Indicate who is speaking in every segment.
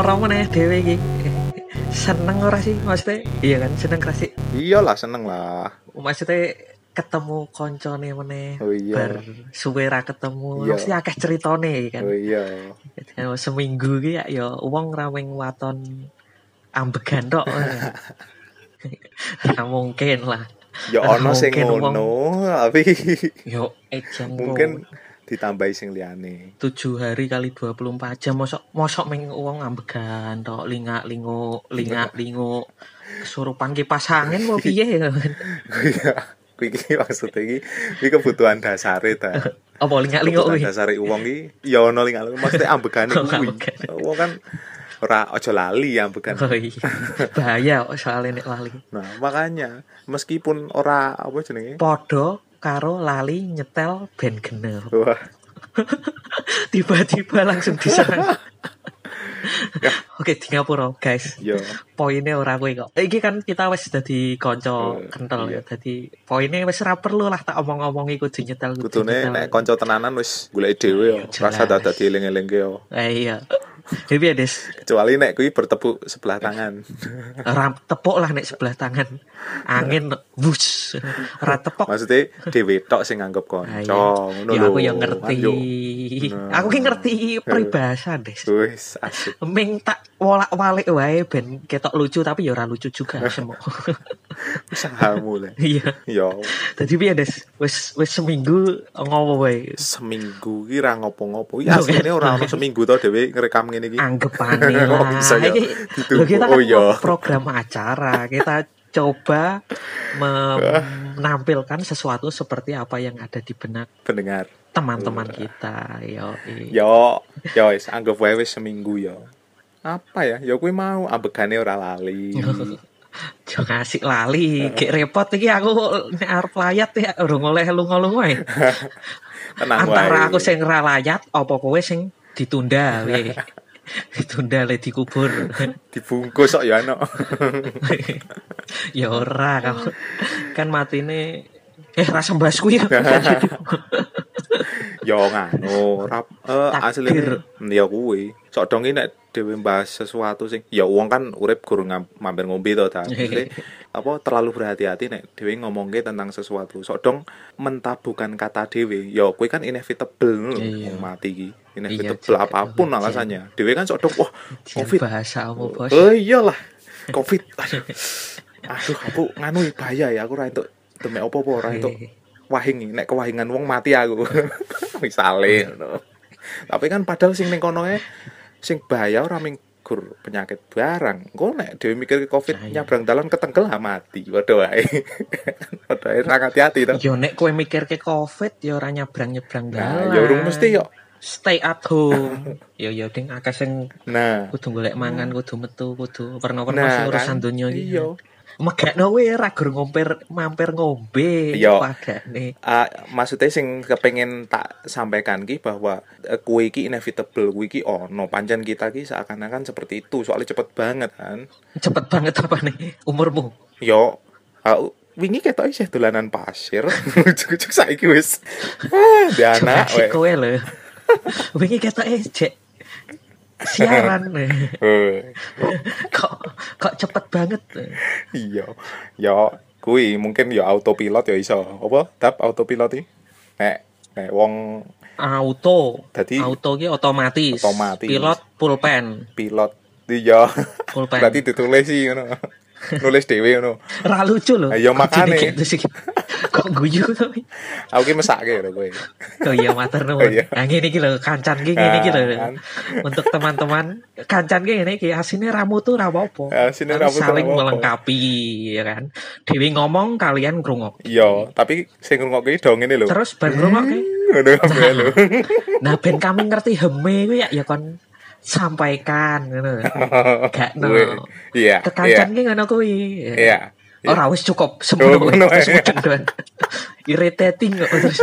Speaker 1: dewe iki. seneng ora sih maksudnya? Iya kan, seneng gak sih?
Speaker 2: Iyalah seneng lah.
Speaker 1: Maksudnya ketemu koncone meneh
Speaker 2: Oh iya.
Speaker 1: bar suwe ra ketemu
Speaker 2: Iya.
Speaker 1: mesti akeh ceritane iki kan.
Speaker 2: Oh iya.
Speaker 1: Ya, seminggu iki ya ya wong ra wing waton ambegan tok. Ra mungkin lah.
Speaker 2: Ya ono sing
Speaker 1: Mungkin wong-
Speaker 2: ngono, tapi
Speaker 1: Yo ejen
Speaker 2: mungkin ditambahi sing liyane.
Speaker 1: 7 hari kali 24 jam mosok mosok ming wong ambegan tok lingak linguk lingak linguk kesurupan kipas angin mau piye ya
Speaker 2: Iya. Kuwi iki maksud iki kuwi kebutuhan dasare ta.
Speaker 1: apa lingak linguk
Speaker 2: Kebutuhan
Speaker 1: kuwi
Speaker 2: dasare wong iki ya ono ling maksudnya ambegane
Speaker 1: Oh,
Speaker 2: kuwi.
Speaker 1: ambegan.
Speaker 2: Wong kan ora aja lali ambegan.
Speaker 1: Oh iya. bahaya kok soalnya nek lali
Speaker 2: Nah, makanya meskipun ora apa jenenge?
Speaker 1: podo karo lali nyetel ben genep
Speaker 2: Wah,
Speaker 1: tiba-tiba langsung diserang oke Singapura guys
Speaker 2: Ya. yo.
Speaker 1: poinnya ora kuwi kok iki kan kita wis dadi kanca
Speaker 2: Eh,
Speaker 1: kental
Speaker 2: iya.
Speaker 1: ya dadi poinnya wis ra perlu lah tak omong-omong iku dinyetel kudu
Speaker 2: Kudune
Speaker 1: nyetel.
Speaker 2: nek kanca tenanan wis golek dhewe yo,
Speaker 1: Jelas.
Speaker 2: rasa dadak dieling-elingke yo.
Speaker 1: Eh, iya. Tapi ya des,
Speaker 2: Kecuali nek kuwi bertepuk sebelah tangan.
Speaker 1: ram tepuk lah nek sebelah tangan. Angin wush. Ora tepok.
Speaker 2: Maksudnya dhewe tok sing nganggep
Speaker 1: Ah,
Speaker 2: kanca.
Speaker 1: iya.
Speaker 2: Ngono
Speaker 1: ya
Speaker 2: lho.
Speaker 1: aku yang ngerti.
Speaker 2: Ayo. Nah.
Speaker 1: Aku ki ngerti peribahasa, Des.
Speaker 2: Wis asik.
Speaker 1: Ming tak wolak-walik wae ben ketok lucu tapi ya ora lucu juga semua.
Speaker 2: Usahamu le.
Speaker 1: Iya.
Speaker 2: Yo,
Speaker 1: Tadi piye, Des? Wis wis seminggu ngopo wae.
Speaker 2: seminggu ki ra ngopo-ngopo.
Speaker 1: Loh,
Speaker 2: Ya asline
Speaker 1: kan?
Speaker 2: ora ono seminggu to dhewe ngerekam ngene iki.
Speaker 1: anggapane
Speaker 2: Oh,
Speaker 1: lah.
Speaker 2: bisa ya?
Speaker 1: Iki,
Speaker 2: Gitu.
Speaker 1: lho, kita kan
Speaker 2: Oh, iya.
Speaker 1: program acara, kita coba menampilkan sesuatu seperti apa yang ada di benak
Speaker 2: Pendengar.
Speaker 1: teman-teman
Speaker 2: Iya.
Speaker 1: kita. Yo,
Speaker 2: Yo, yo wis anggap wae wis seminggu yo. Apa ya? Yo kuwi mau ambegane ora lali.
Speaker 1: Jangan asik lali, gak repot iki aku nek arep layat ya urung oleh lunga-lunga wae.
Speaker 2: Tenang wae.
Speaker 1: Antara aku sing ra layat apa kowe sing ditunda weh. ditunda le dikubur.
Speaker 2: dibungkus kok ya ono.
Speaker 1: ya ora kalau kan matine eh rasa mbas ku ya
Speaker 2: Yo ngano, rap eh asli
Speaker 1: Takdir.
Speaker 2: ya kuwi. Sok dong ini nek dhewe bahas sesuatu sing ya wong kan urip gurung ngam- mampir ngombe to ta. Maksudnya, apa terlalu berhati-hati nek dhewe ngomongke tentang sesuatu. Sok dong mentabukan kata dhewe. Ya kuwi kan inevitable ngono
Speaker 1: Iya.
Speaker 2: lho wong mati iki.
Speaker 1: Iya,
Speaker 2: Inevitable
Speaker 1: Jack.
Speaker 2: apapun
Speaker 1: Iya.
Speaker 2: alasannya. Dhewe kan sok dong wah
Speaker 1: Jangan
Speaker 2: covid.
Speaker 1: bahasa kamu bos
Speaker 2: Oh iyalah. Covid. Aduh. Aduh aku nganu ya, bahaya ya aku ra entuk demek apa-apa ora entuk wahing nek kewahingan wong mati aku misale
Speaker 1: Iya.
Speaker 2: ngono. tapi kan padahal sing ning kono e, sing bahaya ora ming gur penyakit barang engko nek dhewe mikir ke covid
Speaker 1: Nah, iya.
Speaker 2: nyabrang dalan ketengkel ha mati padha wae padha wae ra hati-hati to
Speaker 1: Eh, yo nek kowe mikir ke covid ya ora nyabrang nyebrang dalan
Speaker 2: nah ya urung mesti yo
Speaker 1: stay at home yo yo ding akeh sing
Speaker 2: nah
Speaker 1: kudu golek mangan kudu metu
Speaker 2: Nah,
Speaker 1: kudu pernah-pernah sing urusan
Speaker 2: kan.
Speaker 1: gitu. donya iki
Speaker 2: iya
Speaker 1: megakno kowe ra gur ngompir mampir ngombe
Speaker 2: Iya.
Speaker 1: padane
Speaker 2: Ah, maksudnya sing kepengen tak sampaikan ki bahwa eh, kue ki inevitable kue ki ono pancen kita ki seakan-akan seperti itu soalnya cepet banget kan
Speaker 1: cepet banget apa nih umurmu
Speaker 2: Yo, aku wingi ketok isih dolanan pasir. Cucuk saiki wis. Ah, di anak we.
Speaker 1: Jurassic kowe lho. Wingi ketoke jek siaran
Speaker 2: Eh,
Speaker 1: kok kok cepet banget.
Speaker 2: Iya. Yo, kuwi mungkin yo autopilot yo iso. Apa? Tap autopilot iki. Nek nek wong
Speaker 1: Auto.
Speaker 2: Dadi-
Speaker 1: auto ki otomatis.
Speaker 2: Otomatis.
Speaker 1: Pilot pulpen.
Speaker 2: pilot iya.
Speaker 1: Pulpen.
Speaker 2: Berarti ditulis sih ngono. Nulis dhewe ngono.
Speaker 1: Ra lucu lho.
Speaker 2: Ayo iya,
Speaker 1: Kok
Speaker 2: makane.
Speaker 1: jadi gitu sih? Kok guyu tapi.
Speaker 2: Aku ki mesake lho kowe.
Speaker 1: Oh iya matur nuwun.
Speaker 2: Oh iya.
Speaker 1: Nah ngene iki lho kancan ki ngene iki lho.
Speaker 2: Ah, kan.
Speaker 1: Untuk teman-teman kancan ki ngene iki asine ramu tuh ra apa-apa. Kan
Speaker 2: Asine ra apa-apa,
Speaker 1: saling
Speaker 2: ra apa-apa.
Speaker 1: melengkapi ya kan. Dewi ngomong kalian ngrungok.
Speaker 2: Yo, tapi sing ngrungokke do ngene lho.
Speaker 1: Terus bar ngrungokke
Speaker 2: Ngono kabeh lho.
Speaker 1: Nah, ben kami ngerti heme ku ya ya kon sampaikan ngono. Gak no.
Speaker 2: Kuwi. Iya. Iya.
Speaker 1: Kekancan ki ngono kuwi.
Speaker 2: Iya. iya.
Speaker 1: Ora wis cukup semono.
Speaker 2: Oh, ngono,
Speaker 1: Terus
Speaker 2: eh.
Speaker 1: mudeng doan. Irritating kok terus.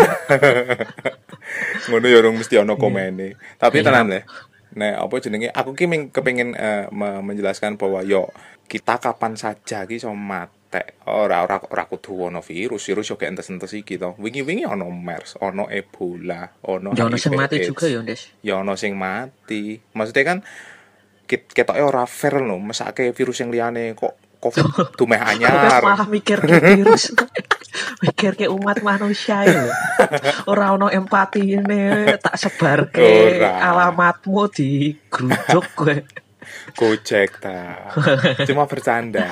Speaker 2: ngono ya urung mesti ana komene. Tapi
Speaker 1: Iya.
Speaker 2: tenan le. Nek apa jenenge aku ki ming- kepengin eh, me- menjelaskan bahwa yo kita kapan saja ki iso matek. Ora ora ora kudu ono virus, virus yo gak entes-entes iki to. Wingi-wingi ono MERS, ono Ebola, ono
Speaker 1: Ya ono
Speaker 2: HIV
Speaker 1: sing mati
Speaker 2: AIDS.
Speaker 1: juga ya, Des.
Speaker 2: Ya ono sing mati. Maksudnya kan kit ketoke ora fair lho mesake virus yang liyane kok covid dumeh anyar
Speaker 1: malah mikir ke virus mikir ke umat manusia ya ora ono empati ini tak sebar ke
Speaker 2: Ora.
Speaker 1: alamatmu di geruduk gue
Speaker 2: gojek ta cuma bercanda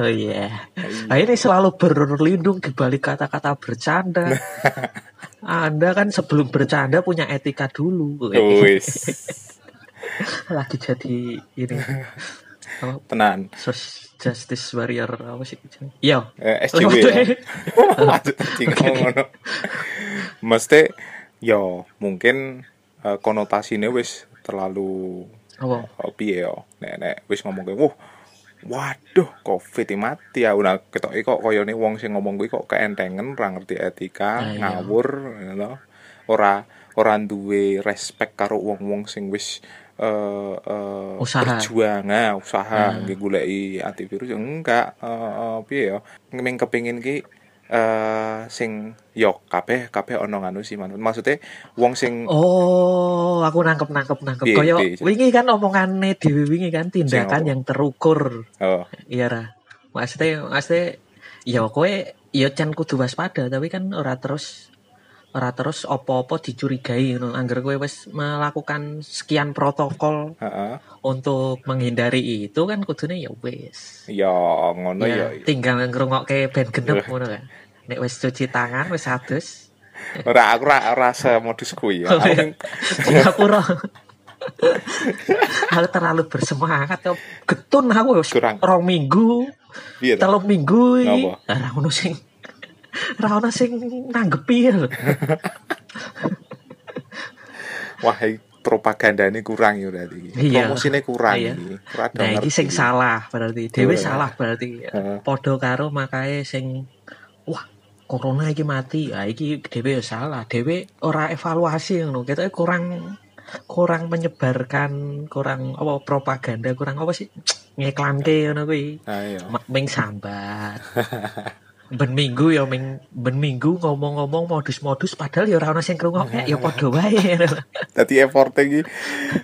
Speaker 1: oh iya Nah, ini selalu berlindung di balik kata-kata bercanda. Anda kan sebelum bercanda punya etika
Speaker 2: Oh,
Speaker 1: dulu. gitu.
Speaker 2: wis
Speaker 1: Lagi jadi ini apa,
Speaker 2: tenan
Speaker 1: sos- justice warrior apa sih? Iya. Yo.
Speaker 2: eh, SJW ya Lanjut, anjing, ngomong ngono. mesti yo mungkin eh, konotasinya wis terlalu
Speaker 1: Apa?
Speaker 2: Oh, piye yo. Nek nek wis ngomong kuwi, "Wuh, waduh, covid ini mati ya." Udah ketoke kok koyone wong sing ngomong kuwi kok keentengen, ora ngerti etika,
Speaker 1: Nah, Ah, iya.
Speaker 2: ngawur, ngono. Ora ora duwe respect karo wong-wong sing wis eh eh,
Speaker 1: Usaha.
Speaker 2: berjuang ah, usaha
Speaker 1: Hmm.
Speaker 2: nggih goleki antivirus enggak eh, eh, piye yo. Ming kepengin ki eh sing yo kabeh kabeh ono nganu sih manut. Maksudnya wong sing
Speaker 1: Oh, aku nangkep nangkep nangkep.
Speaker 2: Piye,
Speaker 1: Koyo
Speaker 2: piye, Cak?
Speaker 1: wingi kan omongannya dewi wingi kan
Speaker 2: iya,
Speaker 1: tindakan
Speaker 2: apa?
Speaker 1: yang terukur.
Speaker 2: oh,
Speaker 1: Iya ra. Maksudnya maksudnya ya kowe ya can kudu waspada tapi kan ora terus ora terus opo-opo dicurigai ngono. Angger kowe wis melakukan sekian protokol
Speaker 2: heeh.
Speaker 1: untuk menghindari itu kan kudune ya wis.
Speaker 2: Yo ngono
Speaker 1: Ya,
Speaker 2: yo.
Speaker 1: tinggal ngrungokke ben genep ngono kan. Nek wis cuci tangan wis adus.
Speaker 2: Ora aku ora rasa modus kuwi ya.
Speaker 1: Oh, iya.
Speaker 2: Aku
Speaker 1: Singapura. aku terlalu bersemangat yo. Getun aku wis
Speaker 2: Kurang.
Speaker 1: rong minggu.
Speaker 2: piye to?
Speaker 1: telung minggu iki
Speaker 2: Napa?
Speaker 1: ora ono sing ora ono sing nanggepi ya lho.
Speaker 2: Wah, iki propagandane kurang ya berarti iki.
Speaker 1: Iya.
Speaker 2: Promosine kurang
Speaker 1: Iya.
Speaker 2: iki. Ora
Speaker 1: Nah, iki sing salah berarti. Dewe
Speaker 2: Iya.
Speaker 1: salah berarti.
Speaker 2: Heeh.
Speaker 1: Podo karo makae sing wah corona iki mati. Ah iki dhewe ya salah. Dhewe ora evaluasi ngono. Kita kurang kurang menyebarkan, kurang apa propaganda, kurang apa sih? Ngeklanke ngono kuwi.
Speaker 2: Ayo.
Speaker 1: Ma- Ming sambat. ben minggu ya ming ben minggu ngomong-ngomong modus-modus padahal ya ora ono sing krungokke ya padha wae.
Speaker 2: Dadi effort iki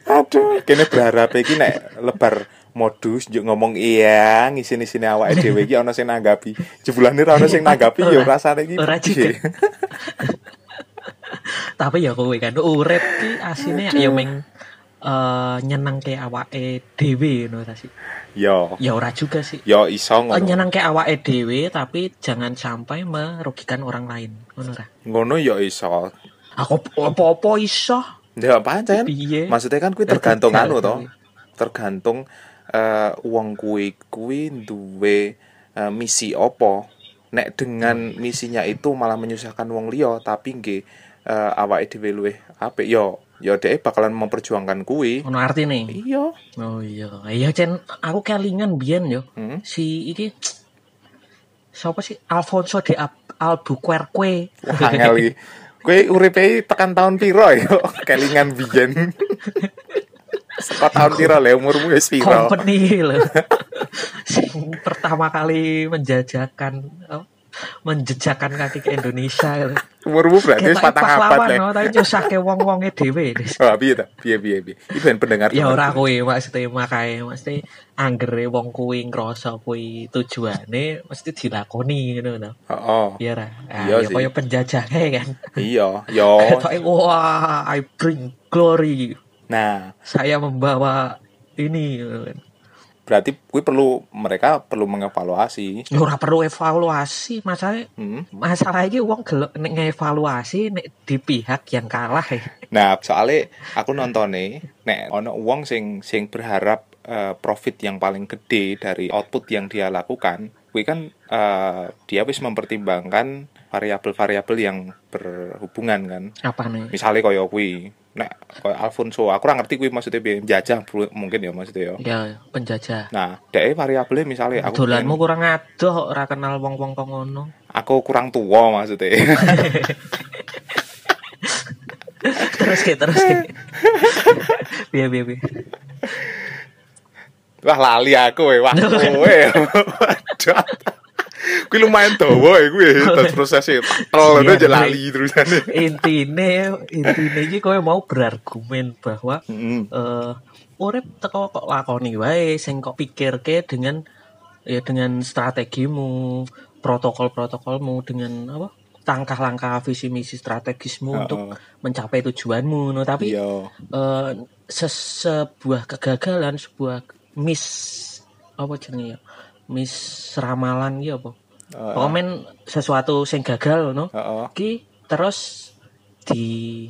Speaker 2: aduh, kene berharap iki nek lebar modus juk ngomong iya ngisin-isine awake dhewe iki ana sing nanggapi. Jebulane ora ana sing nanggapi ya rasane iki.
Speaker 1: Ora
Speaker 2: piye.
Speaker 1: juga. Tapi ya kowe kan urip ki asine ya ming eh nyenengke awake dhewe ngono ta sih.
Speaker 2: Yo.
Speaker 1: Ya ora juga sih.
Speaker 2: Yo iso
Speaker 1: Eh,
Speaker 2: ngono.
Speaker 1: nyenengke awake dhewe tapi jangan sampai merugikan orang lain. Ngono ra?
Speaker 2: Ngono yo iso.
Speaker 1: Aku apa-apa iso
Speaker 2: Ya pancen.
Speaker 1: piye?
Speaker 2: Maksudnya kan kuwi
Speaker 1: Ya,
Speaker 2: tergantung
Speaker 1: tidak,
Speaker 2: anu to.
Speaker 1: kuwi.
Speaker 2: Tergantung eh wong kuwi kuwi duwe eh, misi opo. Nek dengan misinya itu malah menyusahkan wong liya tapi nggih eh awake dhewe luwih apik yo yo dhek bakalan memperjuangkan kuwi.
Speaker 1: Ngono artine.
Speaker 2: Iya.
Speaker 1: Oh iya, iya Cen, aku kelingan biyen yo.
Speaker 2: Hmm.
Speaker 1: Si iki siapa sih Alfonso de Ab- Albuquerque.
Speaker 2: Wah, angel iki. Kowe uripe iki tekan tahun piro yo? Kelingan biyen. Saka tahun piro le umurmu wis piro?
Speaker 1: Company lho. Sing pertama kali menjajakan oh, menjejakan kaki ke Indonesia. lho.
Speaker 2: Umurmu berarti wis
Speaker 1: Ketoknya
Speaker 2: patang abad ya.
Speaker 1: pahlawan,
Speaker 2: le.
Speaker 1: no, tapi nyusahke wong-wonge dhewe. Des.
Speaker 2: Wah, Oh, piye ta? Piye piye piye. Iki ben pendengar.
Speaker 1: Ya
Speaker 2: teman.
Speaker 1: ora kuwi maksudnya makae mesti anggere wong kuwi ngrasa kuwi tujuane mesti dilakoni ngono lho.
Speaker 2: Oh,
Speaker 1: Iya ra. Ah,
Speaker 2: Iya
Speaker 1: ya
Speaker 2: sih.
Speaker 1: koyo penjajahnya kan.
Speaker 2: iya, yo.
Speaker 1: Ketoke, wah, I bring glory.
Speaker 2: Nah,
Speaker 1: Saya membawa ini.
Speaker 2: berarti gue perlu mereka perlu mengevaluasi.
Speaker 1: Ya Ora perlu evaluasi, masalah
Speaker 2: Hmm.
Speaker 1: masalah iki wong gelek nek ngevaluasi nek di pihak yang kalah. eh, ya.
Speaker 2: Nah, soalnya aku nontone nek ono uang sing sing berharap eh, profit yang paling gede dari output yang dia lakukan, gue kan eh, dia wis mempertimbangkan variabel-variabel yang berhubungan kan.
Speaker 1: Apa nih?
Speaker 2: Misalnya koyo kui, nek koyo Alfonso, aku ora ngerti kui maksudnya piye, jajah bro- mungkin ya maksudnya ya.
Speaker 1: Ya penjajah.
Speaker 2: Nah, dhek variabelnya misalnya aku
Speaker 1: Dolanmu
Speaker 2: pengen-
Speaker 1: kurang adoh ora kenal wong-wong kok ngono.
Speaker 2: aku kurang tua maksudnya.
Speaker 1: terus ke, terus ke. Biar biar biar.
Speaker 2: Wah lali aku we, wah kowe. Waduh. Kuwi lumayan dawa e kuwi terus proses e tol
Speaker 1: Iya,
Speaker 2: aja
Speaker 1: bener.
Speaker 2: lali terusane.
Speaker 1: Intine intine iki kowe mau berargumen bahwa
Speaker 2: Heeh.
Speaker 1: eh urip teko kok lakoni wae sing kok pikirke dengan ya dengan strategimu, protokol-protokolmu dengan apa? langkah-langkah visi misi strategismu
Speaker 2: Heeh.
Speaker 1: untuk mencapai tujuanmu no tapi
Speaker 2: iya
Speaker 1: eh, se- sebuah kegagalan sebuah miss apa jenenge ya miss ramalan ya apa
Speaker 2: Heeh.
Speaker 1: komen sesuatu sing gagal no
Speaker 2: Heeh.
Speaker 1: ki terus di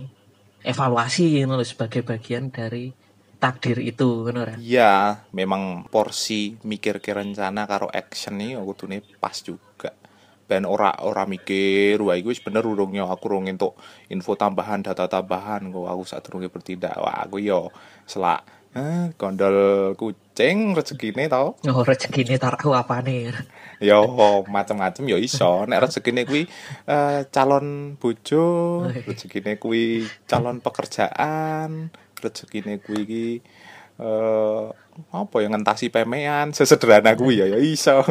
Speaker 1: evaluasi ngono lho, sebagai bagian dari takdir itu ngono ra
Speaker 2: Iya, memang porsi mikir ke rencana karo action ini aku tuh pas juga. Ben ora ora mikir, wah iku wis bener urung yo aku urung entuk info tambahan, data tambahan kok aku saat bertindak. Wah, aku yo selak eh, gondol kucing rezekine tau.
Speaker 1: oh rezekine taraku apane
Speaker 2: Yo macem-macem yo iso. Nek rezekine kuwi eh, calon bojo, rezekine kuwi calon pekerjaan, rezekine kuwi iki eh apa ya ngentasi pemean sesederhana kuwi ya ya iso.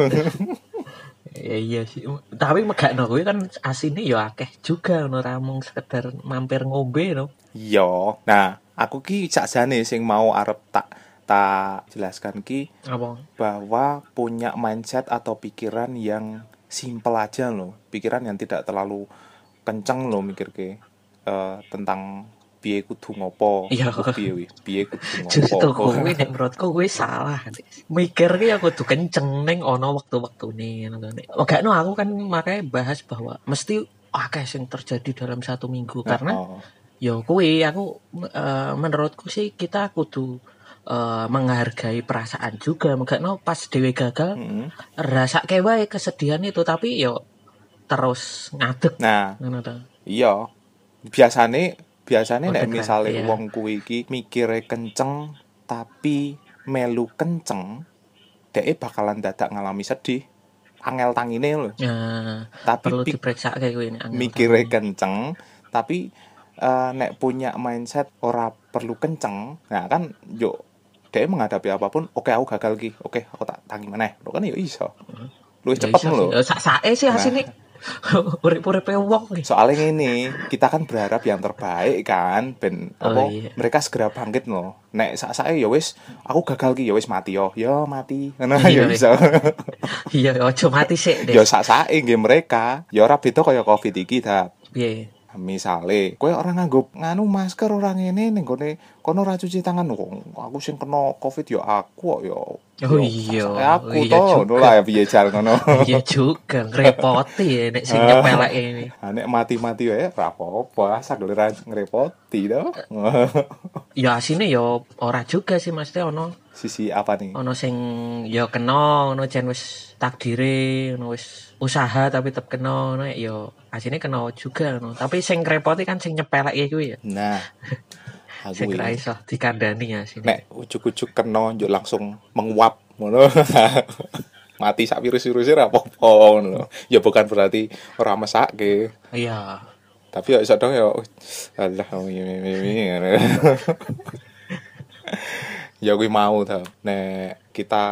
Speaker 1: ya iya sih tapi megakno kuwi kan asine ya akeh juga ngono ra mung sekedar mampir ngombe no
Speaker 2: Yo. Nah, aku ki sakjane sing mau arep tak tak jelaskan ki
Speaker 1: apa
Speaker 2: bahwa punya mindset atau pikiran yang simple aja loh pikiran yang tidak terlalu kenceng loh mikir ke eh, tentang piye kudu ngopo
Speaker 1: Iya.
Speaker 2: aku piye wih, piye kudu
Speaker 1: Justru
Speaker 2: ngopo Nah, oh.
Speaker 1: kowe nek menurutku kowe salah. Mikir ki aku tuh kenceng ning ana wektu-wektune ngono lho, Nek. Megakno aku kan makanya bahas bahwa mesti akeh sing terjadi dalam satu minggu karena
Speaker 2: Oh,
Speaker 1: ya kuwi aku eh, menurutku sih kita kudu eh, menghargai perasaan juga megakno pas dhewe gagal
Speaker 2: mm-mm.
Speaker 1: rasa wae kesedihan itu tapi yo terus ngadeg
Speaker 2: nah
Speaker 1: ngono to.
Speaker 2: iya biasane biasane nek
Speaker 1: Otek lah,
Speaker 2: misale
Speaker 1: iya.
Speaker 2: wong kuwi iki mikire kenceng tapi melu kenceng dhek bakalan dadak ngalami sedih angel tangine loh
Speaker 1: Nah,
Speaker 2: tapi
Speaker 1: perlu
Speaker 2: pik-
Speaker 1: diperiksa kayak kuwi nek angel.
Speaker 2: mikire kenceng tapi eh, nek punya mindset ora perlu kenceng nah kan yo dia menghadapi apapun oke aku gagal ki oke aku tak tangi meneh lo kan yo iso lu
Speaker 1: Ya
Speaker 2: cepet
Speaker 1: iso
Speaker 2: lo
Speaker 1: sih. Ya, Sak-sake sih
Speaker 2: Nah.
Speaker 1: asine. Urip-uripe wong iki.
Speaker 2: soalnya ini kita kan berharap yang terbaik kan ben
Speaker 1: Oh,
Speaker 2: apa
Speaker 1: iya.
Speaker 2: mereka segera bangkit loh nek sak saya yo wis aku gagal ki yo wis mati yo yo mati nah yo
Speaker 1: Iya, iya.
Speaker 2: iso
Speaker 1: Iya, ojo mati sik,
Speaker 2: yo
Speaker 1: Dek.
Speaker 2: sak saya mereka yo ora beda kaya covid iki dah
Speaker 1: Piye?
Speaker 2: misale kowe ora nganggo nganu masker ora ngene ning gone kono ora cuci tangan wong aku sing kena covid ya aku kok ya
Speaker 1: Oh
Speaker 2: ya,
Speaker 1: iya. Oh
Speaker 2: sasae aku
Speaker 1: Iya
Speaker 2: to
Speaker 1: juga.
Speaker 2: ngono lah ya piye jal ngono
Speaker 1: Iya juga ngrepoti ya nek sing
Speaker 2: Ah.
Speaker 1: nyepelek ini.
Speaker 2: Ah, nek mati-mati wae ora apa-apa asal gelera ngrepoti to
Speaker 1: Ya asine ya ora juga sih maksudnya ono
Speaker 2: sisi apa nih
Speaker 1: ono sing ya kena ono jan wis takdire ono wis usaha tapi tetep kena ono ya asine kena juga ono. Tapi sing ngrepoti kan sing nyepelek kuwi ya.
Speaker 2: nah
Speaker 1: Sing
Speaker 2: aku
Speaker 1: ra
Speaker 2: ini
Speaker 1: iso dikandani asine.
Speaker 2: nek ujuk-ujuk kena njuk langsung menguap ngono mati sak virus-virusnya ora apa-apa ngono ya bukan berarti ora mesake
Speaker 1: Iya.
Speaker 2: tapi ya iso dong ya uh, alah oh, iya, iya, iya, iya, iya. ya gue mau tau nek kita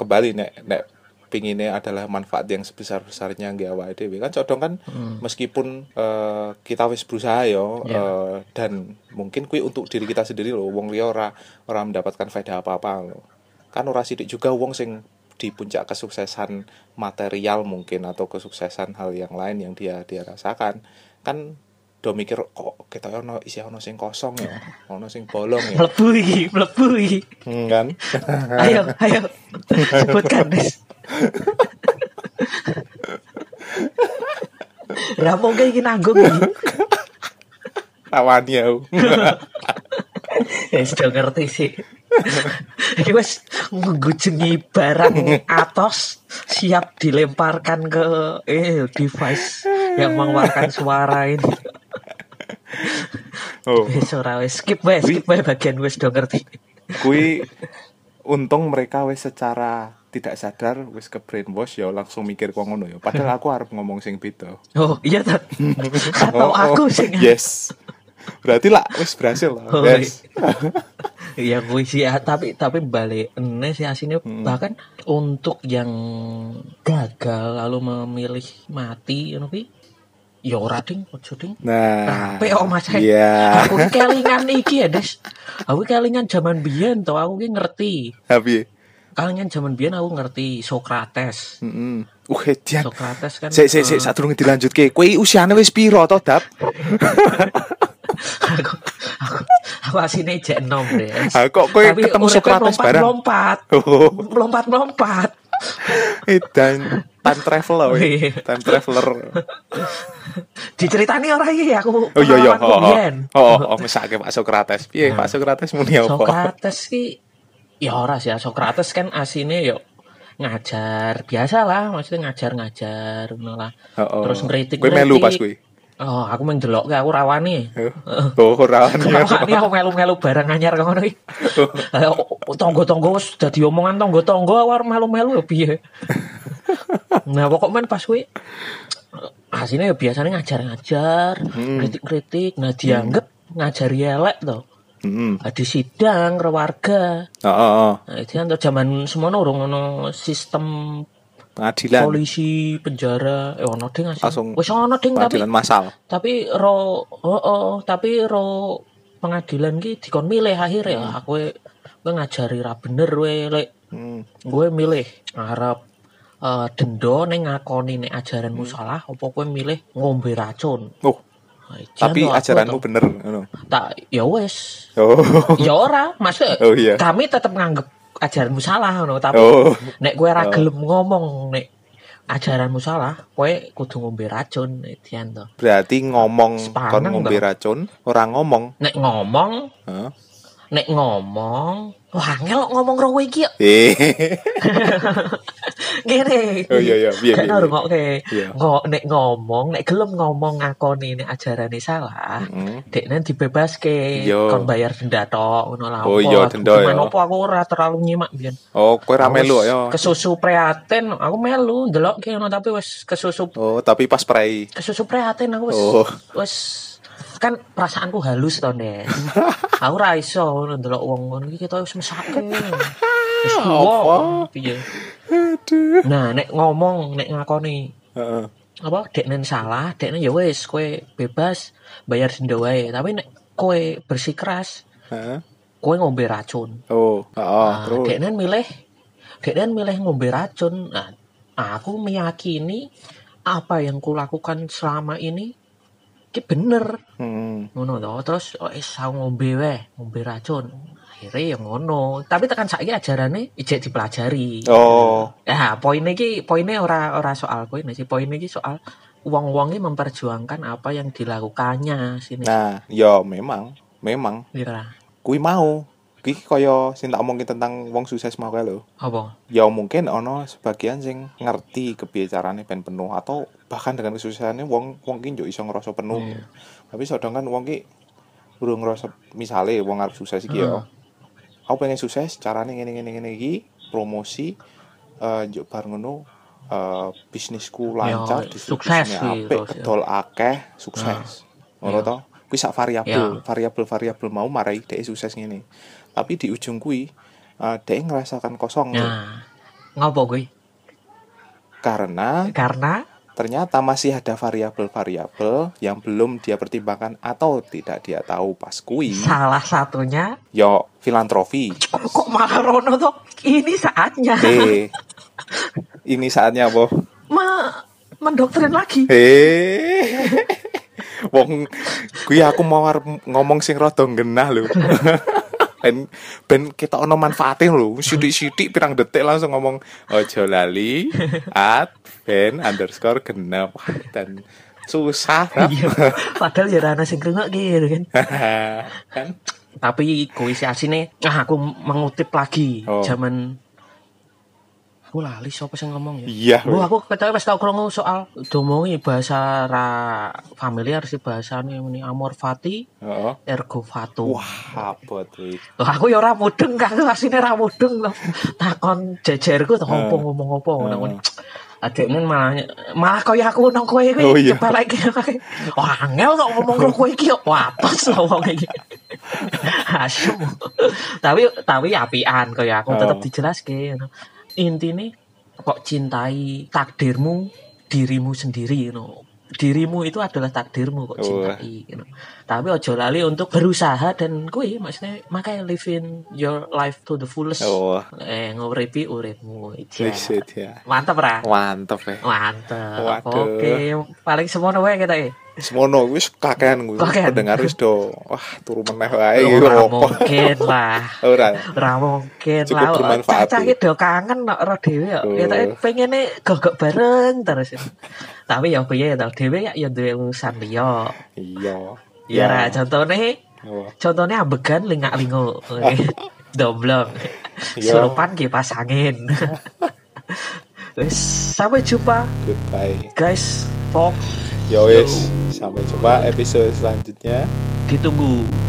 Speaker 2: kembali nek nek pinginnya adalah manfaat yang sebesar besarnya nggak awake dhewe kan codong kan
Speaker 1: Hmm.
Speaker 2: meskipun eh, kita wis berusaha yo
Speaker 1: Ya.
Speaker 2: eh, dan mungkin kui untuk diri kita sendiri loh wong liya ora ora mendapatkan faedah apa-apa loh kan ora sidik juga wong sing di puncak kesuksesan material mungkin atau kesuksesan hal yang lain yang dia dia rasakan kan do mikir kok kita ono isi ono sing kosong ya ono sing bolong ya
Speaker 1: Mlebu iki, mlebu iki.
Speaker 2: Hmm, kan
Speaker 1: ayo ayo sebutkan Des Lah mau kayak gini nanggung iki.
Speaker 2: tawani aku
Speaker 1: Ya sudah ngerti sih. Iki wis nggujengi barang atos siap dilemparkan ke eh device yang mengeluarkan suara ini.
Speaker 2: oh
Speaker 1: Wis ora wis skip wae, skip wae bagian wis do ngerti.
Speaker 2: kui untung mereka wes secara tidak sadar wes ke brainwash ya langsung mikir kok ngono ya padahal aku harus ngomong sing beda
Speaker 1: Oh, iya ta. Atau
Speaker 2: Oh, oh.
Speaker 1: aku sing
Speaker 2: yes berarti lah wes berhasil lah
Speaker 1: Oh,
Speaker 2: yes
Speaker 1: Iya gue sih ya, tapi tapi balik ini sih aslinya
Speaker 2: Hmm.
Speaker 1: bahkan untuk yang gagal lalu memilih mati you know, Ki, ya ora ding, ojo ding.
Speaker 2: Nah,
Speaker 1: Rapi kok Mas. eh.
Speaker 2: Iya,
Speaker 1: Aku ki kelingan iki ya, Des. Aku ki kelingan zaman biyen to, aku ki ngerti.
Speaker 2: tapi
Speaker 1: Kelingan zaman biyen aku ngerti Socrates.
Speaker 2: heeh. Uh, hedian.
Speaker 1: Socrates kan
Speaker 2: Sik sik sik sadurunge dilanjutke. Kowe usiane wis piro to, Dap?
Speaker 1: aku aku aku asine jek enom deh.
Speaker 2: Ah, kok kowe ketemu Socrates
Speaker 1: bareng?
Speaker 2: bareng?
Speaker 1: Lompat,
Speaker 2: Oh,
Speaker 1: lompat, lompat.
Speaker 2: edan time traveler,
Speaker 1: Oh,
Speaker 2: weh.
Speaker 1: iya.
Speaker 2: time traveler.
Speaker 1: Diceritani orang iki ya aku.
Speaker 2: Oh iya iya,
Speaker 1: pengalamanku
Speaker 2: oh, oh,
Speaker 1: biyen.
Speaker 2: oh, oh, mesake Pak Socrates. Piye Pak Socrates muni apa?
Speaker 1: Socrates ki ya ora sih ya Socrates kan asine yo ngajar biasa lah maksudnya ngajar-ngajar ngono lah.
Speaker 2: Heeh.
Speaker 1: Terus ngeritik.
Speaker 2: Kowe melu pas kuwi.
Speaker 1: Oh, aku mung delok aku rawani.
Speaker 2: Oh, ora
Speaker 1: Rawani aku melu-melu barang anyar kok ngono iki. Eh, Tonggo-tonggo wis dadi omongan tonggo-tonggo aku arep melu-melu yo piye. Nah, pokok men pas kuwi asine yo biasanya ngajar-ngajar,
Speaker 2: Hmm.
Speaker 1: kritik-kritik, nah dianggap ngajari elek to.
Speaker 2: Heeh.
Speaker 1: Di sidang, keluarga,
Speaker 2: Heeh, heeh.
Speaker 1: Nah, itu kan untuk zaman semono urung ono sistem
Speaker 2: Pengadilan,
Speaker 1: polisi, penjara, eh ono ding asli.
Speaker 2: Langsung
Speaker 1: Wis ono ding tapi
Speaker 2: pengadilan massal.
Speaker 1: tapi ro oh, oh, tapi ro pengadilan ki dikon milih akhirnya ya aku gue ngajari ra bener we lek
Speaker 2: Hmm.
Speaker 1: gue milih arep eh denda ning ngakoni nek ajaranmu
Speaker 2: Hmm.
Speaker 1: salah apa kowe milih ngombe racun.
Speaker 2: Oh,
Speaker 1: Nah, ijian
Speaker 2: tapi
Speaker 1: lho aku
Speaker 2: ajaranmu
Speaker 1: tau.
Speaker 2: bener ngono.
Speaker 1: tak ya wes.
Speaker 2: Oh.
Speaker 1: Ya ora, maksudnya
Speaker 2: Oh, iya.
Speaker 1: kami tetap nganggep ajaranmu salah ngono, tapi
Speaker 2: Oh.
Speaker 1: nek kowe ora
Speaker 2: Oh.
Speaker 1: gelem ngomong nek ajaranmu salah, kowe kudu ngombe racun Dian to.
Speaker 2: Berarti ngomong kon
Speaker 1: Sepaneng,
Speaker 2: ngombe
Speaker 1: Bang.
Speaker 2: racun, ora ngomong.
Speaker 1: Nek ngomong,
Speaker 2: Heeh.
Speaker 1: nek ngomong, wah angel kok ngomong rowe iki ya. yo.
Speaker 2: Eh.
Speaker 1: Ngene.
Speaker 2: Oh, iya, iya. Piye,
Speaker 1: Gak
Speaker 2: piye,
Speaker 1: tau
Speaker 2: piye.
Speaker 1: rungokke.
Speaker 2: Iya.
Speaker 1: Ngo- nek ngomong, nek gelem ngomong ngakoni nek ajarane salah,
Speaker 2: Mm.
Speaker 1: dekne dibebaske,
Speaker 2: Yo.
Speaker 1: kon bayar denda tok ngono lah.
Speaker 2: Iya. Oh,
Speaker 1: apa,
Speaker 2: iya, denda
Speaker 1: hukuman
Speaker 2: ya.
Speaker 1: apa, aku ora terlalu nyimak biyen.
Speaker 2: Oh, kowe ra melu
Speaker 1: Aku
Speaker 2: ya.
Speaker 1: wis Kesusu prihatin, aku melu ndelok ki ngono tapi wis kesusu
Speaker 2: Oh, tapi pas prei.
Speaker 1: kesusu prihatin aku wis
Speaker 2: Oh.
Speaker 1: wis kan perasaanku halus to nek aku ra iso ngono ndelok wong ngono iki kita wis mesake wis
Speaker 2: Apa?
Speaker 1: tuwa piye
Speaker 2: Aduh.
Speaker 1: nah nek ngomong nek ngakoni
Speaker 2: Heeh.
Speaker 1: apa deknen salah deknen ya wis kowe bebas bayar denda wae tapi nek kowe bersikeras
Speaker 2: Heeh.
Speaker 1: kowe ngombe racun
Speaker 2: Oh, heeh,
Speaker 1: Nah,
Speaker 2: terus.
Speaker 1: deknen milih deknen milih ngombe racun nah, aku meyakini apa yang kulakukan selama ini ki bener
Speaker 2: Hmm.
Speaker 1: ngono to terus oh eh aku ngombe wae ngombe racun akhirnya ya ngono tapi tekan saiki ajarane ijek dipelajari
Speaker 2: Oh.
Speaker 1: nah poinnya ki poinnya ora ora soal koin sih poinnya ki soal uang-uang ini memperjuangkan apa yang dilakukannya sini
Speaker 2: Nah, ya memang, memang
Speaker 1: Iya.
Speaker 2: kuwi mau. Kuwi kaya sing tak omongin tentang wong sukses mau kae lho.
Speaker 1: apa
Speaker 2: Ya mungkin ono sebagian sing ngerti kepiye carane ben penuh atau bahkan dengan kesusahannya wong wong ki yo iso ngerasa penuh.
Speaker 1: Iya.
Speaker 2: Tapi sedangkan wong ki urung ngerasa misale wong arep sukses iki yo. Aku pengen sukses carane ngene ngene ngene iki promosi eh njuk bar ngono eh, bisnisku lancar
Speaker 1: Yo,
Speaker 2: distribusinya
Speaker 1: sukses kuwi,
Speaker 2: apik
Speaker 1: terus, ya.
Speaker 2: kedol akeh sukses. Ngono
Speaker 1: Iya.
Speaker 2: to? Kuwi sak variabel,
Speaker 1: Iya.
Speaker 2: variabel variabel mau marai dhek sukses ngene. Tapi di ujung kuwi eh dhek ngerasakan kosong lho.
Speaker 1: nah ngopo gue
Speaker 2: karena
Speaker 1: karena
Speaker 2: ternyata masih ada variabel-variabel yang belum dia pertimbangkan atau tidak dia tahu pas kui
Speaker 1: salah satunya
Speaker 2: yo filantrofi
Speaker 1: kok, kok malah Rono toh ini saatnya
Speaker 2: eh ini saatnya boh
Speaker 1: me- mendoktrin lagi
Speaker 2: eh wong kui aku mau arep ngomong sing rada genah lho ben ben kita ono manfaatin lho sidik-sidik pirang detik langsung ngomong ojo lali at ben underscore genep dan susah Rap.
Speaker 1: Iya. padahal ya Rana sing krungok gitu kan
Speaker 2: kan
Speaker 1: tapi gue si asine ah aku mengutip lagi
Speaker 2: Oh.
Speaker 1: zaman aku lali siapa sih ngomong ya
Speaker 2: Iya.
Speaker 1: Wah, aku ketahui pas tau krungu soal domongi bahasa ra familiar sih bahasane ini amor fati
Speaker 2: Heeh.
Speaker 1: ergo fatum.
Speaker 2: Wah, abot wih.
Speaker 1: Loh, aku ya ora mudeng, aku asine ora mudeng loh. Takon jejerku tak
Speaker 2: Eh.
Speaker 1: opo ngomong opo
Speaker 2: Eh.
Speaker 1: ngono. Adekne malah malah kaya aku nang kowe kuwi
Speaker 2: Oh, iya.
Speaker 1: kebalik Wah, angel kok ngomong karo kowe iki yo wates lho wong iki. Asyum. tapi tapi apian kaya aku tetep
Speaker 2: Oh.
Speaker 1: dijelaske ngono. Intine kok cintai takdirmu dirimu sendiri ngono. dirimu itu adalah takdirmu kok
Speaker 2: Wah.
Speaker 1: cintai gitu. tapi ojo lali untuk berusaha dan kui maksudnya makanya living your life to the fullest
Speaker 2: Oh,
Speaker 1: eh nguripi uripmu aja
Speaker 2: shit ya.
Speaker 1: mantap ra
Speaker 2: Mantep ya.
Speaker 1: mantap
Speaker 2: Waduh.
Speaker 1: oke paling semono wae kita eh
Speaker 2: Semono wis kakean gue
Speaker 1: Kakean.
Speaker 2: pendengar wis do. Wah, turu meneh wae iki Eh,
Speaker 1: ora
Speaker 2: iya, opo.
Speaker 1: mungkin lah
Speaker 2: Ora.
Speaker 1: ora mungkin
Speaker 2: Cukup
Speaker 1: lah
Speaker 2: bermanfaat, Oh.
Speaker 1: cacah iki do kangen nek ora dhewe kok
Speaker 2: Tuh.
Speaker 1: kita eh, pengene gogok bareng terus tapi ya piye ya tau dhewe ya ya duwe urusan liya
Speaker 2: Iya.
Speaker 1: ya ra contohnya
Speaker 2: Oh,
Speaker 1: contohnya ambegan lingak lingo doblong
Speaker 2: Iya.
Speaker 1: selupan kipas angin Wes, sampai jumpa
Speaker 2: goodbye.
Speaker 1: guys pok
Speaker 2: Yo wis, sampai jumpa episode selanjutnya.
Speaker 1: ditunggu